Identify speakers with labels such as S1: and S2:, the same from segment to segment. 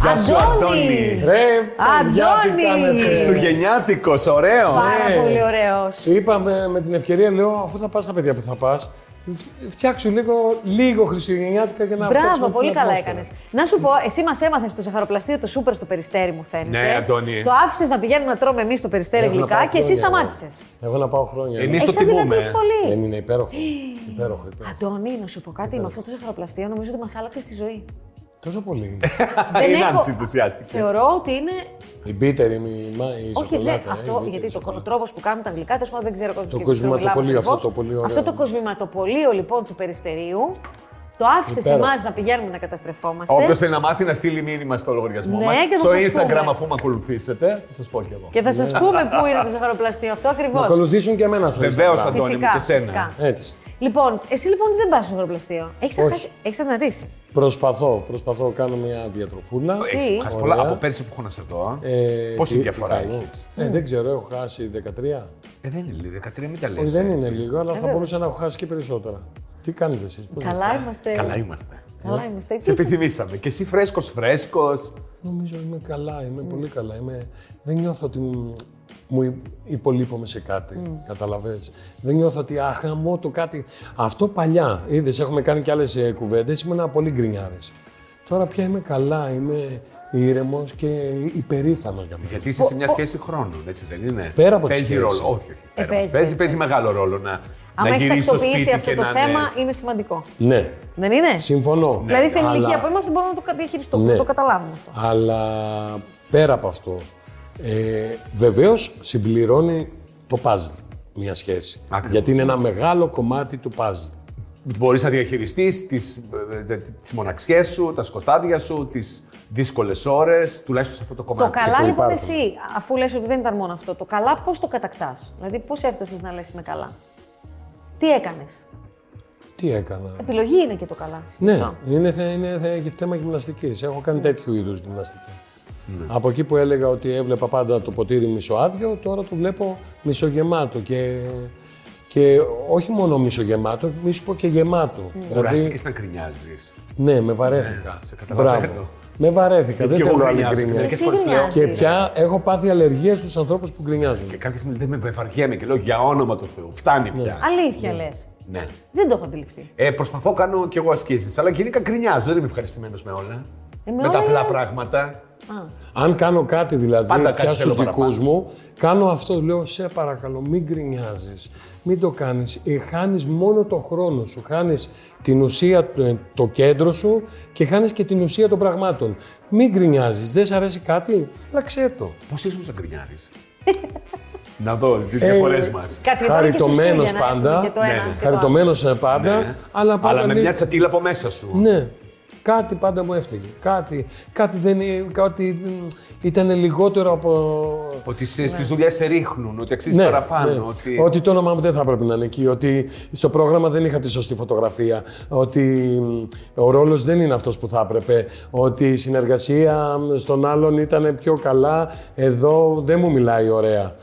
S1: Γεια σου,
S2: Αντώνη.
S1: Αντώνη.
S3: Ρε,
S2: Αντώνη!
S3: Χριστούγεννα.
S1: Χριστουγεννιάτικος, ωραίος. Ε,
S2: Πάρα
S3: Ναι.
S2: πολύ ωραίος.
S3: Είπαμε με την ευκαιρία, λέω, αφού θα πας στα παιδιά που θα πας, φτιάξου λίγο, λίγο χριστουγεννιάτικα για να
S2: Μπράβο,
S3: φτιάξουμε
S2: πολύ
S3: την
S2: καλά
S3: ατμόσφαιρα.
S2: έκανες. Να σου πω, εσύ μας έμαθες στο ζαχαροπλαστείο το σούπερ στο περιστέρι, μου φαίνεται.
S1: Ναι, Αντώνη.
S2: Το άφησες να πηγαίνουμε να τρώμε εμείς στο περιστέρι
S3: Έχω να πάω
S2: γλυκά και εσύ
S3: χρόνια,
S2: σταμάτησες.
S3: εγώ. Εγώ να πάω χρόνια.
S1: Εμείς-
S3: ναι.
S1: το
S2: Έχει
S1: τιμούμε.
S2: αδυνατή σχολή.
S3: Δεν είναι υπέροχο. υπέροχο, υπέροχο.
S2: Αντώνη, να σου πω κάτι με αυτό το ζαχαροπλαστείο, νομίζω ότι μας άλλαξε τη ζωή.
S3: Τόσο πολύ.
S2: Δεν
S1: Η
S2: έχω-
S1: Νάνση ενθουσιάστηκε.
S2: Θεωρώ ότι είναι.
S3: η μπίτερη, η, μα- η
S2: Όχι, δεν.
S3: σοκολάτα. ε, η
S2: Αυτό,
S3: μπίτερη,
S2: γιατί
S3: η
S2: το
S3: σοκολάτα.
S2: τρόπο που κάνουν τα γλυκά, τέλος πάντων δεν ξέρω
S3: Το κοσμηματοπολείο, αυτό το πολύ ωραίο.
S2: Αυτό το κοσμηματοπολείο λοιπόν του περιστερίου το άφησε
S3: Υπέροχο.
S2: εμάς να πηγαίνουμε να καταστρεφόμαστε.
S1: Όποιος θέλει να μάθει, να στείλει μήνυμα στο λογαριασμό
S2: Ναι,
S1: μας.
S2: και θα
S1: Στο
S2: σας
S1: Instagram,
S2: πούμε.
S1: αφού με ακολουθήσετε, θα σας πω κι εγώ.
S2: Και θα σας πούμε πού είναι το ζαχαροπλαστείο αυτό
S3: Να
S2: ακριβώ.
S3: ακολουθήσουν και εμένα στο
S1: Βεβαίως,
S3: Instagram.
S1: Αντώνη μου, και σένα.
S3: Έτσι.
S2: Λοιπόν, εσύ λοιπόν δεν πας στο ζαχαροπλαστείο. Έχεις
S3: Όχι.
S2: χάσει... έχεις αδυνατήσει.
S3: Προσπαθώ, προσπαθώ, κάνω μια διατροφούλα.
S2: Τι?
S1: Έχει χάσει πολλά
S3: Ωραία.
S1: από πέρσι που έχω να σε δω.
S3: Ε,
S1: Πόση
S3: τι-
S1: διαφορά
S3: τι κάνω.
S1: έχεις.
S3: Ε, δεν ξέρω, έχω χάσει 13.
S1: Ε, δεν είναι λίγο. 13, μην τα λε.
S3: Όχι, Ε, δεν είναι λίγο, αλλά θα μπορούσα να έχω χάσει και περισσότερα. Τι κάνετε εσείς, Πώς
S2: Ε, Καλά είμαστε.
S1: Καλά είμαστε.
S2: Καλά είμαστε.
S1: Σε
S2: Τι-
S1: επιθυμήσαμε. Και εσύ φρέσκος, φρέσκος.
S3: Νομίζω είμαι καλά, είμαι πολύ καλά. Είμαι... Δεν νιώθω ότι μ- μου υ- υπολείπομαι σε κάτι. Mm. Καταλαβες. Δεν νιώθω ότι αχαμώ το κάτι. Αυτό παλιά, είδες, έχουμε κάνει κι άλλες κουβέντες, ήμουν πολύ γκρινιάρης. Τώρα πια είμαι καλά, είμαι ήρεμος και υπερήφανος για μένα.
S1: Γιατί είσαι σε μια σχέση χρόνων, έτσι δεν είναι.
S3: Πέρα από τη
S1: παίζει
S3: σχέση.
S1: ρόλο. Όχι, όχι. πέρα.
S2: Ε, παίζει,
S1: Παίζει,
S2: παίζει,
S1: παίζει μεγάλο ρόλο να,
S2: Άμα
S1: να
S2: έχεις
S1: γυρίσεις στο σπίτι
S2: τακτοποιήσει
S1: και
S2: αυτό το
S1: να
S2: θέμα, είναι σημαντικό.
S3: Ναι,
S2: Δεν είναι.
S3: συμφωνώ.
S2: Δηλαδή στην
S1: Ναι,
S3: Αλλά-
S2: ηλικία που είμαστε μπορούμε να το διαχειριστούμε,
S3: Ναι.
S2: να το καταλάβουμε αυτό.
S3: Αλλά πέρα από αυτό, ε, βεβαίως συμπληρώνει το puzzle μια σχέση.
S1: Ακριβώς.
S3: Γιατί είναι ένα μεγάλο κομμάτι του puzzle.
S1: Μπορείς να ε, διαχειριστεί τις μοναξιές σου, τα σκοτάδια σου, τις δύσκολες ώρες, τουλάχιστον σε αυτό το κομμάτι.
S2: Το καλά
S3: που
S2: λοιπόν
S3: υπάρχουν.
S2: εσύ, αφού λες ότι δεν ήταν μόνο αυτό, το καλά πώς το κατακτάς. Δηλαδή πώς έφτασες να λες είμαι καλά. Τι έκανες.
S3: Τι έκανα.
S2: Επιλογή είναι και το καλά.
S3: Ναι,
S2: Αυτό.
S3: είναι, θε- είναι, θε- έχει θέμα γυμναστικής. Έχω κάνει
S1: Ναι.
S3: τέτοιου είδους γυμναστική. Από εκεί που έλεγα ότι έβλεπα πάντα το ποτήρι μισοάδιο, τώρα το βλέπω μισογεμάτο. Και, και όχι μόνο μισογεμάτο, μη σου πω και γεμάτο. Δηλαδή,
S1: Κουράστηκες να κρινιάζει.
S3: ναι, με βαρέθηκα.
S1: σε καταλαβαίνω.
S3: Με βαρέθηκα, δεν
S1: και εγώ
S3: θέλω άλλη
S1: γκρινιάζω.
S3: γκρίνια.
S1: Μερικές
S2: Εσύ
S1: φορές λέω-
S2: γκρινιάζεις.
S3: Και πια έχω πάθει αλλεργίε στους ανθρώπους που γκρινιάζουν.
S1: Και κάποια στιγμή δεν με βαριέμαι και λέω για όνομα του Θεού. Φτάνει
S3: Ναι.
S1: πια.
S2: Αλήθεια λες.
S1: Ναι.
S2: Δεν το έχω αντιληφθεί.
S1: Ε, προσπαθώ κάνω κι εγώ ασκήσεις. Αλλά γενικά κρινιάζω. Δεν είμαι ευχαριστημένος με όλα.
S2: Ε, με
S1: με τα
S2: όλα
S1: απλά
S2: είναι-
S1: πράγματα.
S3: Αν κάνω κάτι δηλαδή
S1: Πάντα κάτι
S3: πια
S1: θέλω
S3: στου δικού
S1: παραπάνω.
S3: μου, κάνω αυτό. Λέω σε παρακαλώ, μην γκρινιάζεις. Μην το κάνεις. Χάνεις μόνο το χρόνο σου. Χάνεις την ουσία, ε, το κέντρο σου και χάνεις και την ουσία των πραγμάτων. Μην γκρινιάζεις. Δεν σ' αρέσει κάτι, αλλάξε το.
S1: Πώς ήσουν σαν κρινιάρη. να δω
S3: Ε,
S1: τι διαφορέ μας.
S2: Κάτσε γιατί τώρα και
S3: Χαριτωμένος
S2: Χριστούγεννα έχουμε
S3: πάντα.
S2: Και το ένα,
S1: Ναι, ναι.
S2: και το άλλο.
S3: Χαριτωμένος πάντα. Αλλά, ναι. πάντα
S1: Ε, Αλλά με
S3: μην-
S1: μια τσατήλα από μέσα σου.
S3: Ναι. Κάτι πάντα μου έφταιγε. Κάτι, κάτι, δεν, κάτι ήταν λιγότερο από Ναι,
S1: Ότι
S2: Ναι.
S1: στις δουλειές σε ρίχνουν, ότι αξίζεις παραπάνω. Ότι...
S3: ότι το όνομά μου δεν θα έπρεπε να είναι εκεί. Ότι στο πρόγραμμα δεν είχα τη σωστή φωτογραφία. Ότι μ, ο ρόλος δεν είναι αυτός που θα έπρεπε. Ότι η συνεργασία μ, στον άλλον ήταν πιο καλά. Εδώ δεν μου μιλάει ωραία.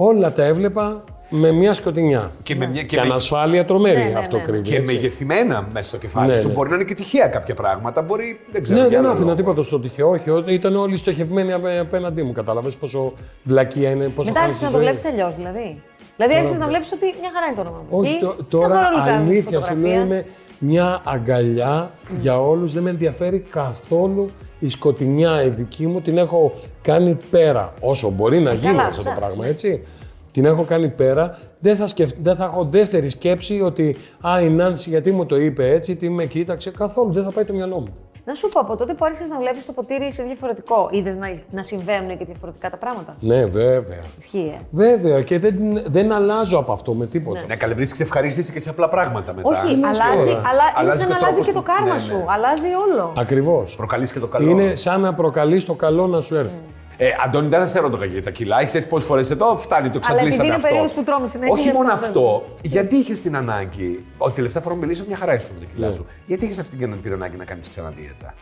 S3: Όλα τα έβλεπα με μια σκοτεινιά.
S1: Και, με μια,
S3: Και,
S1: και, με,
S3: ανασφάλεια τρομερή
S2: Ναι, ναι,
S3: αυτό
S2: ναι.
S3: κρύβει.
S1: και
S3: έτσι.
S1: μεγεθυμένα μέσα στο κεφάλι
S3: Ναι,
S1: σου.
S3: ναι.
S1: Μπορεί να είναι και τυχαία κάποια πράγματα. Μπορεί, δεν ξέρω.
S3: Ναι,
S1: για
S3: δεν
S1: άλλο
S3: άφηνα
S1: λόγο.
S3: τίποτα στο τυχαίο. Όχι, ότι ήταν όλοι στοχευμένοι απέ- απέναντί μου. Καταλαβες πόσο βλακεία είναι, πόσο
S2: Μετά
S3: χάνεις
S2: άρχισε
S3: τη
S2: να το
S3: ζωή.
S2: βλέπεις αλλιώς, δηλαδή. Δηλαδή άρχισες να βλέπεις ότι μια χαρά είναι το όνομα μου.
S3: Όχι,
S2: Εκεί,
S3: το-
S2: μια
S3: τώρα
S2: χαρά όλοι κάνουν
S3: αλήθεια σου
S2: φωτογραφία.
S3: λέω είμαι μια αγκαλιά για όλους. Δεν με ενδιαφέρει καθόλου η σκοτεινιά η δική μου. Την έχω κάνει πέρα όσο μπορεί να γίνει
S2: καλά,
S3: αυτό το
S2: εντάξει.
S3: πράγμα, έτσι. Την έχω κάνει πέρα. Δεν θα, σκεφ... δεν θα έχω δεύτερη σκέψη ότι «Α, η Νάνση γιατί μου το είπε έτσι, τι με κοίταξε». Καθόλου, δεν θα πάει το μυαλό μου.
S2: Να σου πω από τότε που άρχισες να βλέπεις το ποτήρι σε διαφορετικό, είδες να, να συμβαίνουν και διαφορετικά τα πράγματα.
S3: Ναι, βέβαια.
S2: Ισχύει. ε.
S3: Βέβαια και δεν, δεν αλλάζω από αυτό με τίποτα.
S2: Ναι.
S1: Να καλεμπρίσει Ναι, ευχαρίστηση και σε απλά πράγματα μετά.
S2: Όχι,
S3: λες
S2: αλλάζει,
S3: τώρα.
S2: αλλά είναι
S1: Αλλάζει
S2: σαν
S1: και
S2: να
S1: ο
S2: αλλάζει
S1: τρόπος
S2: και το
S1: που-
S2: κάρμα
S1: ναι, ναι.
S2: σου. Αλλάζει όλο.
S3: Ακριβώς.
S1: Προκαλείς και το καλό.
S3: Είναι σαν να προκαλείς το καλό να σου έρθει.
S2: Ναι.
S1: Ε, Αντώνη, δεν θα σε ρωτώ για τα κιλά. Έχεις έρθει πόσε φορές εδώ, φτάνει, το
S2: Αλλά επειδή
S1: ξαντλήσαμε
S2: είναι
S1: αυτό.
S2: περίοδο που τρώμε συνέχεια.
S1: Όχι
S2: γι'
S1: μόνο
S2: δεν-
S1: αυτό, γιατί είχες την
S3: Ναι.
S1: ανάγκη. Ότι τελευταία φορά που μιλήσαμε, μια χαρά ήσουν με τα κιλά σου. Γιατί είχες αυτή την ανάγκη να κάνεις ξανά δίαιτα.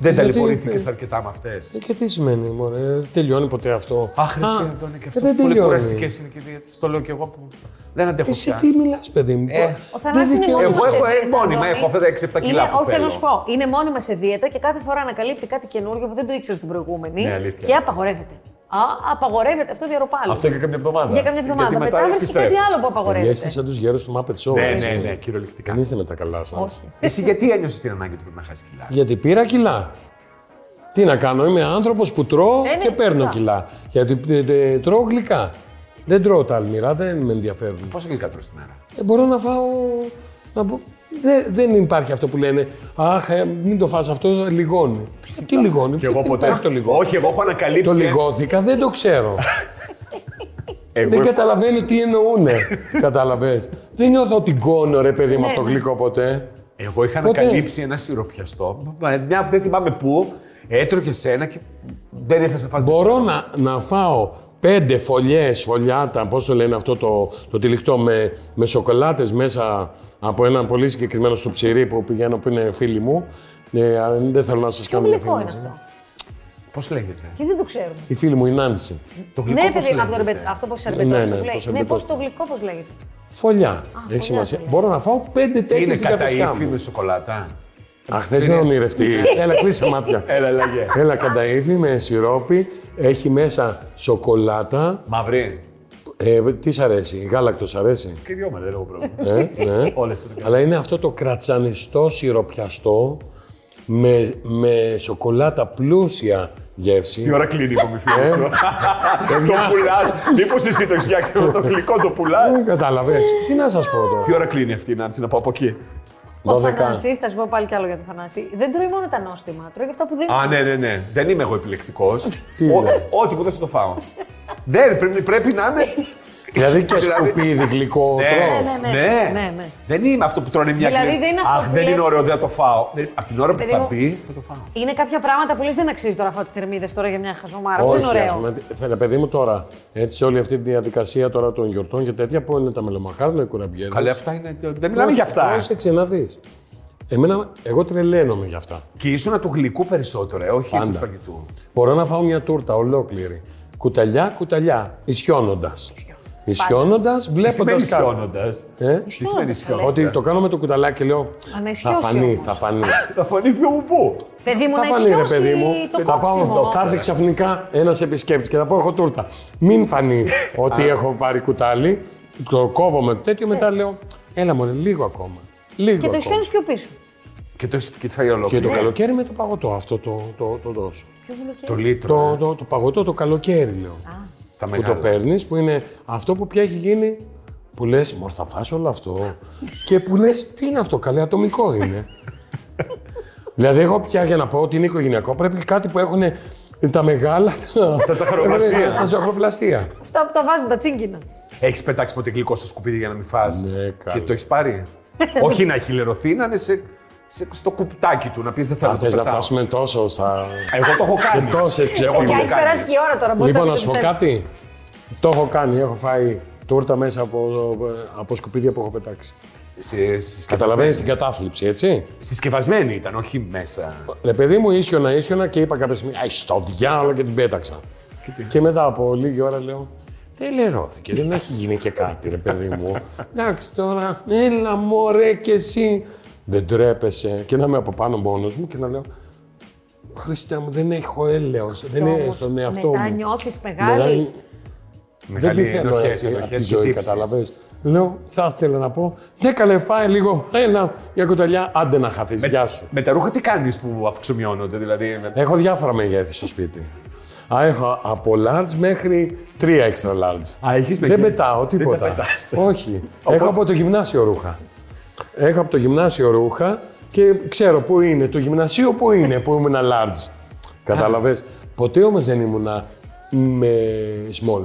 S1: Δεν
S3: Γιατί-
S1: ταλαιπωρήθηκες αρκετά με αυτές.
S3: Ε, και τι σημαίνει, μωρέ, τελειώνει ποτέ αυτό.
S1: Αχ, ρε,
S3: Α,
S1: εσύ, Αντώνη, και
S3: ε,
S1: αυτό
S3: δεν
S1: πολύ
S3: τελειώνει. Ε,
S1: κουραστικές είναι και γιατί το λέω κι εγώ που δεν αντέχω
S3: Εσύ
S1: πια.
S3: τι μιλάς, παιδί μου.
S1: Ε,
S2: Ο
S3: Δεν
S2: Θανάσης είναι
S3: δικαιούμαι.
S2: μόνιμα
S1: Εγώ
S2: σε
S1: έχω, ε,
S2: δίαιτα,
S1: μόνιμα,
S2: Αντώνη.
S1: έχω αυτά τα 6-7 κιλά
S2: Είναι-
S1: που
S2: Όχι, θέλω
S1: θέλω.
S2: να σου πω. Είναι μόνιμα σε δίαιτα και κάθε φορά ανακαλύπτει κάτι καινούργιο που δεν το ήξερε στην προηγούμενη.
S1: Ναι, αλήθεια.
S2: και απαγορεύεται. Α, απαγορεύεται. Αυτό διαρροπάλαιο.
S1: Αυτό για κάποια εβδομάδα.
S2: Για κάποια εβδομάδα.
S1: Γιατί
S2: Μετά βρίσκει κάτι
S1: επιστρέφει.
S2: άλλο που
S3: Παιδιά,
S2: απαγορεύεται.
S3: είστε σαν τους γέρους του Muppet Show.
S1: Ναι,
S3: έτσι.
S1: ναι, ναι, κυριολεκτικά.
S3: Δεν είστε με τα καλά σας.
S2: Όχι.
S1: Εσύ γιατί ένιωσες την ανάγκη ότι πρέπει να χάσεις κιλά.
S3: Γιατί πήρα κιλά. Τι να κάνω, είμαι άνθρωπος που τρώω
S2: Ε, ναι,
S3: και παίρνω
S2: σωστά.
S3: κιλά. Γιατί ε, ε, τρώω γλυκά. Δεν τρώω τα αλμυρά, δεν με ενδιαφέρουν.
S1: Πόσο γλυκά τρως τη μέρα.
S3: Ε, μπορώ να φάω. Να πω, δε- δεν υπάρχει αυτό που λένε. Αχ, ε, μην το φας αυτό, λιγώνει. Ε, Τι λιγώνει,
S1: Και εγώ
S3: τι
S1: ποτέ.
S3: υπάρχει Το λιγώνει.
S1: Όχι, εγώ έχω
S3: Το
S1: ανακαλύψει.
S3: λιγώθηκα, δεν το ξέρω.
S1: Εγώ
S3: δεν καταλαβαίνω τι εννοούνε. Κατάλαβες. δεν νιώθω ότι γκώνω ρε
S2: Ναι,
S3: παιδί μου αυτό το γλυκό ποτέ.
S1: Εγώ είχα
S3: Ποτέ.
S1: ανακαλύψει ένα σιροπιαστό, μα- μια δεν θυμάμαι πού, έτρωχε σένα και δεν έφτασε φάση.
S3: Μπορώ να, να φάω πέντε φωλιές, φωλιάτα, πώς το λένε αυτό το, το τυλιχτό με, με σοκολάτες μέσα από έναν πολύ συγκεκριμένο στο ψυρί που πηγαίνω που είναι φίλοι μου. Ε, αλλά δεν θέλω να σας
S2: Ποιο
S3: κάνω
S2: γλυκό είναι
S3: διαφήμιση.
S2: αυτό.
S1: Πώς λέγεται.
S2: Και δεν το ξέρουμε.
S3: Η φίλη μου η Νάνση.
S1: Το γλυκό
S2: Ναι,
S1: πώς
S2: παιδί, από το
S1: λέγεται?
S2: ρεμπε- αυτό που σε
S3: Ναι,
S2: αρπετώσει
S3: ναι,
S2: το
S3: το
S2: λέγεται. Ναι,
S3: σερπετός.
S2: πώς το γλυκό πώς λέγεται.
S3: Φωλιά.
S2: φωλιά
S3: Έχει σημασία.
S2: το λένε.
S3: Μπορώ να φάω πέντε
S1: Τι είναι
S3: τέτοιες στην
S1: κατά
S3: καπεσιά
S1: ύφη με
S3: μου.
S1: σοκολάτα.
S3: Αχ, θες να ονειρευτείς. Έλα, κλείσε μάτια.
S1: Έλα, λέγε.
S3: Έλα, κατά ύφη με σιρόπι. Έχει μέσα σοκολάτα.
S1: Μαύρη.
S3: Ε, τι σ' αρέσει, γάλακτος σ' αρέσει.
S1: Και δυο με δεν έχω πρόβλημα.
S3: Ε, ναι.
S1: Όλες είναι καλά.
S3: Αλλά είναι αυτό το κρατσανιστό σιροπιαστό με, με σοκολάτα πλούσια γεύση.
S1: Τι ώρα κλείνει η υπομυφία
S3: Ε.
S1: σου. Το πουλάς. Μήπως εσύ το έχεις φτιάξει με το γλυκό το πουλάς.
S3: Δεν Ε, κατάλαβες. Τι να σας πω τώρα.
S1: Τι ώρα κλείνει αυτή η Νάντση να πάω από εκεί.
S2: Ο
S3: 12.
S2: Θανάσης, θα σου πω πάλι κι άλλο για το Θανάση, δεν τρώει μόνο τα νόστιμα, τρώει και αυτά που δεν
S1: Α, ναι, ναι, ναι. Δεν είμαι εγώ επιλεκτικός.
S3: Τι
S1: Ο-
S3: είναι?
S1: Ό,τι μου δώσει το φάω. Δεν, πρέπει- πρέπει να είμαι.
S3: Δηλαδή και
S1: Δηλαδή-
S3: σκουπίδι γλυκό τρως.
S2: ναι, ναι. Ναι, ναι.
S1: Δεν είμαι αυτό που τρώνε μια
S2: Δηλαδή,
S1: κλι-
S2: δεν είναι αυτό
S1: Αχ,
S2: που
S1: δεν
S2: λες- Ε,
S1: είναι ωραίο, δεν θα το φάω. Δεν- Από την ώρα που
S2: Παιδί
S1: θα
S2: μου-
S1: πει, θα το φάω.
S2: Είναι κάποια πράγματα που λες δεν αξίζει τώρα φάω τις θερμίδες τώρα για μια χαζομάρα. που δεν είναι
S3: Όχι, ας
S2: ωραίο.
S3: πούμε, θέλε, παιδί μου τώρα, έτσι, σε όλη αυτή τη διαδικασία τώρα των γιορτών και τέτοια, που είναι τα μελομακάρδα, οι κουραμπιέδες.
S1: Καλά, αυτά είναι. Δεν μιλάμε για αυτά.
S3: Πρόσεξε να δεις. Εμένα, εγώ τρελαίνομαι για αυτά.
S1: Και ήσουν του γλυκού περισσότερο, ε, όχι του
S3: Πάντα.
S1: φαγητού.
S3: Μπορώ να φάω μια τούρτα ολόκληρη. Κουταλιά, κουταλιά. Ισιώνοντας. Ισιώνοντα,
S1: Τι σημαίνει
S3: βλέποντα κάτι.
S1: σιώνοντα.
S3: Ε?
S1: Τι σημαίνει σιώνοντα.
S3: Ότι το κάνω με το κουταλάκι και λέω.
S2: Α, να
S3: Θα
S2: ισιώσει
S3: φανεί,
S2: όμως».
S3: θα φανεί.
S1: Θα φανεί πιο μου πού.
S2: Παιδί μου,
S3: θα
S2: να
S3: φανεί, ρε
S2: έχει
S3: παιδί μου.
S2: το
S3: θα πάω,
S2: κόψιμο.
S3: θα έρθει ξαφνικά ένας επισκέπτης και θα πω: Έχω τούρτα. Μην φανεί ότι έχω πάρει κουτάλι. Το κόβω με το τέτοιο, μετά λέω: Έλα μου, λίγο ακόμα. Λίγο
S2: Και το
S3: ακόμα.
S2: σιώνεις πιο πίσω.
S1: Και το έχεις- και τη φάει
S3: Και
S1: ολόκληρο.
S3: το καλοκαίρι με το παγωτό αυτό το, το, το δώσω.
S2: Πιο βουλοκαίρι.
S1: Το λίτρο.
S3: Το, το, το παγωτό το καλοκαίρι λέω.
S1: Τα
S3: που το
S1: μεγάλα.
S3: παίρνεις, που είναι αυτό που πια έχει γίνει. Που λες, Μωρ, θα φας όλο αυτό. και που λες, τι είναι αυτό, καλέ, ατομικό είναι. δηλαδή, εγώ πια για να πω ότι είναι οικογενειακό, πρέπει κάτι που έχουν τα μεγάλα. Ε,
S1: Τα ζαχαροπλαστεία.
S3: Τα ζαχαροπλαστεία.
S2: Αυτά που τα βάζουν τα τσίγκινα.
S1: Έχεις πετάξει ποτέ γλυκό στα σκουπίδια για να μην φας.
S3: Ναι,
S1: και
S3: καλά.
S1: το έχεις πάρει. όχι να έχει λερωθεί, να είναι σε, σε- στο κουπτάκι του, να πεις δεν θέλω
S3: Αν
S1: να το
S3: θες να
S1: πετάω».
S3: φτάσουμε τόσο στα.
S1: Εγώ το έχω
S3: σε
S1: κάνει.
S3: τόσες
S1: Έχω
S2: Και
S1: κάνει.
S3: ξεχωριστέ.
S2: έχει περάσει και η ώρα τώρα. μπορεί
S3: Λοιπόν,
S2: το
S3: να σου πω
S2: πείτε.
S3: κάτι. Το έχω κάνει. Έχω φάει τούρτα μέσα από, ε, από σκουπίδια που έχω πετάξει.
S1: Σε- συσκευασμένη.
S3: Καταλαβαίνεις την κατάθλιψη, έτσι.
S1: Συσκευασμένη ήταν, όχι μέσα.
S3: Ρε παιδί μου, ίσιονα, ίσιονα και είπα κάποια στιγμή, Αϊ, στο διάλογο και την πέταξα. Και, μετά από λίγη ώρα λέω, δεν λερώθηκε, δεν έχει γίνει και κάτι, ρε παιδί μου. Εντάξει τώρα, έλα μωρέ κι εσύ. Δεν τρέπεσαι. Και να είμαι από πάνω μόνος μου και να λέω, Χριστέ μου, δεν έχω έλεος, δεν είναι
S2: Όμως,
S3: στον εαυτό
S2: Μετά
S3: μου.
S2: νιώθεις
S3: Μετά-
S2: μεγάλη.
S3: δεν
S1: Μεγάλη
S3: πηγαίνω
S1: ενοχές,
S3: έτσι από ε, τη
S1: ενοχές
S3: ζωή,
S1: τύψεις.
S3: κατάλαβες. Λέω, θα ήθελα να πω, ναι καλέ φάει λίγο, ένα, μια κουταλιά, άντε να χαθείς, γεια σου.
S1: Με τα ρούχα τι κάνεις που αυξομοιώνονται, δηλαδή. με-
S3: Έχω διάφορα μεγέθη στο σπίτι. Α, έχω από large μέχρι 3 extra large.
S1: Α, έχεις
S3: Δεν
S1: μεγέθη.
S3: πετάω
S1: Δεν τα
S3: τίποτα.
S1: πετάς.
S3: Όχι. Έχω από το γυμνάσιο ρούχα. Έχω από το γυμνάσιο ρούχα και ξέρω πού είναι. Το γυμνασίο πού είναι που ήμουν large. Κατάλαβες. Ποτέ όμως δεν ήμουνα με small.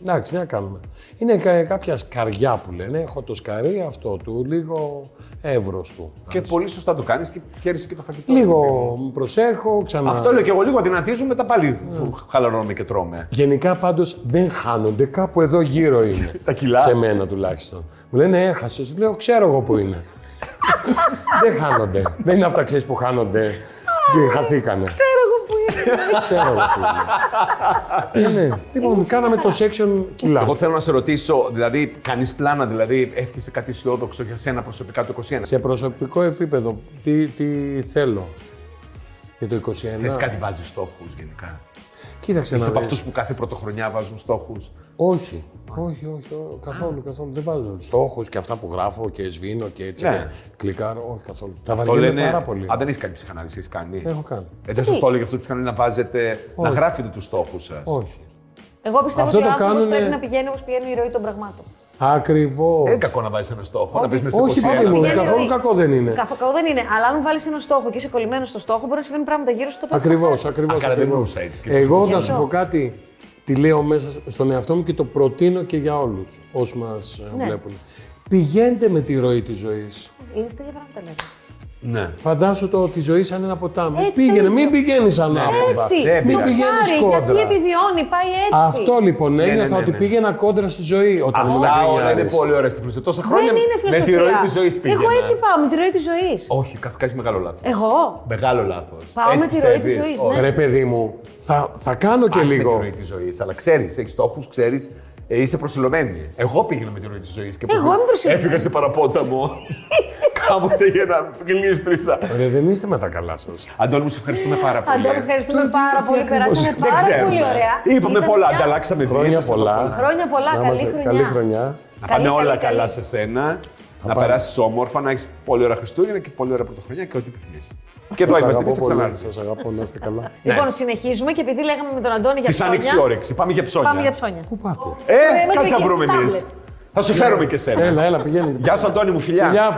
S3: Εντάξει, τι να κάνουμε. Είναι κα- κάποια σκαριά που λένε. Έχω το σκαρί αυτό του, λίγο εύρος του.
S1: Και πολύ σωστά το κάνεις και χαίρεσαι και το φαγητό.
S3: Λίγο Ναι. προσέχω, ξανά.
S1: Αυτό λέω και εγώ. Λίγο αδυνατίζουμε, μετά πάλι
S3: Ναι.
S1: χαλαρώνουμε και τρώμε.
S3: Γενικά πάντως δεν χάνονται. Κάπου εδώ γύρω είναι.
S1: Τα κιλά.
S3: Σε μένα τουλάχιστον. Μου λένε «Ε, έχασε. Λέω ξέρω εγώ που είναι. δεν χάνονται. δεν είναι αυτά ξέρεις που χάνονται. Και χαθήκανε.
S2: Ξέρω εγώ που είναι.
S3: Ξέρω εγώ τι είναι. Ε, ναι. Λοιπόν, κάναμε το section κιλά.
S1: Εγώ θέλω να σε ρωτήσω, δηλαδή, κάνεις πλάνα, δηλαδή, εύχεσαι κάτι αισιόδοξο για σένα προσωπικά το 21.
S3: Σε προσωπικό επίπεδο, τι, τι θέλω για το 21.
S1: Θες κάτι βάζεις στόχους γενικά.
S3: Κοίταξε
S1: Είσαι
S3: να
S1: από
S3: δεις.
S1: αυτούς που κάθε πρωτοχρονιά βάζουν στόχους.
S3: Όχι. Όχι, όχι, ό, καθόλου, καθόλου. Δεν βάζω στόχους και αυτά που γράφω και σβήνω και έτσι
S1: Ναι.
S3: και κλικάρω. Όχι καθόλου. Τα
S1: Το
S3: βαριέμαι
S1: λένε.
S3: πάρα πολύ.
S1: Αν δεν έχεις κάνει ψυχανάλυση, έχει κάνει.
S3: Έχω κάνει.
S1: Ε, δεν σας το έλεγε αυτό που κάνει να βάζετε, να
S3: Όχι.
S1: γράφετε τους στόχους σας.
S3: Όχι.
S2: Εγώ πιστεύω
S3: Αυτό
S2: ότι ο
S3: το
S2: άνθρωπος
S3: κάνουνε-
S2: πρέπει να πηγαίνει όπως πηγαίνει η ροή των πραγμάτων.
S3: Ακριβώς.
S1: Δεν είναι Ε, κακό να βάζεις ένα στόχο, να πεις μες στο
S3: Όχι,
S1: 21.
S3: παιδί μου,
S2: Πηγαίνει η
S3: καθόλου
S2: ροή.
S3: κακό δεν είναι.
S2: Καθόλου κακό δεν είναι. Αλλά αν βάλεις ένα στόχο και είσαι κολλημένος στο στόχο, μπορεί να συμβαίνουν πράγματα γύρω σου το
S3: Ακριβώ, ακριβώ.
S1: Α, καλά, δεν ήμουν έτσι και
S3: Εγώ
S1: προσωπικά.
S3: να σου πω κάτι, τη λέω μέσα στον εαυτό μου και το προτείνω και για όλους όσοι μας
S2: Ναι.
S3: βλέπουν. Πηγαίνετε με τη ροή της ζωής.
S2: Είναι τέτοια πράγματα λέτε.
S1: Ναι.
S3: Φαντάσου το ότι η ζωή σαν ένα ποτάμι.
S2: Έτσι
S3: Πήγαινε,
S2: είναι.
S3: μην πηγαίνεις
S1: Ναι.
S3: ανάποδα.
S2: Έτσι.
S1: δεν
S2: Το
S1: πειράζει.
S2: ψάρι,
S3: Πηγαίνεις κόντρα.
S2: γιατί επιβιώνει, πάει έτσι.
S3: Αυτό λοιπόν
S1: ναι,
S3: ένιωθα
S1: ναι,
S3: ότι
S1: ναι.
S3: πήγαινα κόντρα στη ζωή όταν ήμουν
S1: Αυτά όλα είναι
S3: γκρινιάρης.
S1: πολύ ωραία στη φιλοσοφία. Τόσα
S2: δεν
S1: χρόνια
S2: είναι φιλοσοφία.
S1: με τη ροή της ζωής πήγαινα.
S2: Εγώ έτσι πάω, με τη ροή της ζωής.
S1: Όχι, κάνεις μεγάλο λάθος.
S2: Εγώ.
S1: Μεγάλο λάθος.
S2: Πάω με τη ροή της ζωής, ναι.
S3: Ρε παιδί μου, θα, θα κάνω και
S1: λίγο.
S3: λίγο.
S1: Με τη ροή της ζωής, αλλά ξέρεις, έχεις στόχους, ξέρεις, ε, είσαι προσιλωμένη. Εγώ πήγαινα με τη ροή της ζωής και
S2: Εγώ είμαι προσιλωμένη.
S1: Έφυγα σε παραπόταμο. Κάπω έγινα γλίστρισα.
S3: Ρε, δεν είστε με τα καλά σας.
S1: Αντώνη, μου σε ευχαριστούμε πάρα πολύ.
S2: Αντώνη, ευχαριστούμε
S3: Τι-
S2: πάρα
S3: τι
S2: πολύ.
S3: ακριβώς.
S2: Περάσαμε
S1: Δεν
S2: πάρα
S1: ξέρουμε.
S2: πολύ ωραία.
S1: Είπαμε
S2: Ήταν
S1: πολλά,
S2: μια-
S1: ανταλλάξαμε
S3: Χρόνια
S1: δίαιτες, τα
S3: πολλά.
S2: Χρόνια πολλά,
S3: Να
S2: καλή
S3: είμαστε-
S2: χρονιά.
S3: Καλή χρονιά.
S1: Να πάνε
S2: Καλή,
S1: όλα
S2: καλή,
S1: καλά
S2: καλή.
S1: σε σένα. Να
S3: πάνε.
S1: περάσεις όμορφα, να έχεις πολύ ωραία Χριστούγεννα και πολύ ωραία Πρωτοχρονιά και ό,τι επιθυμείς. Και εδώ
S3: Σας
S1: είμαστε, εμεί
S3: αγαπώ
S1: θα
S3: πολύ.
S1: ξανάρθουμε.
S3: Σας αγαπώ, να είστε καλά.
S2: Λοιπόν, συνεχίζουμε και επειδή λέγαμε με τον Αντώνη για
S1: Της Ναι. άνοιξε η
S2: ψώνια.
S1: όρεξη. Πάμε για ψώνια.
S2: Πάμε για ψώνια.
S3: Πού πάτε.
S1: Ε,
S2: Μέχρι
S1: κάτι θα
S2: και
S1: βρούμε
S2: το
S1: εμεί.
S2: τάμπλετ.
S1: Θα σου φέρουμε και σένα.
S3: Έλα, έλα, πηγαίνετε.
S1: Γεια σου, Αντώνη μου, φιλιά.
S3: Γεια,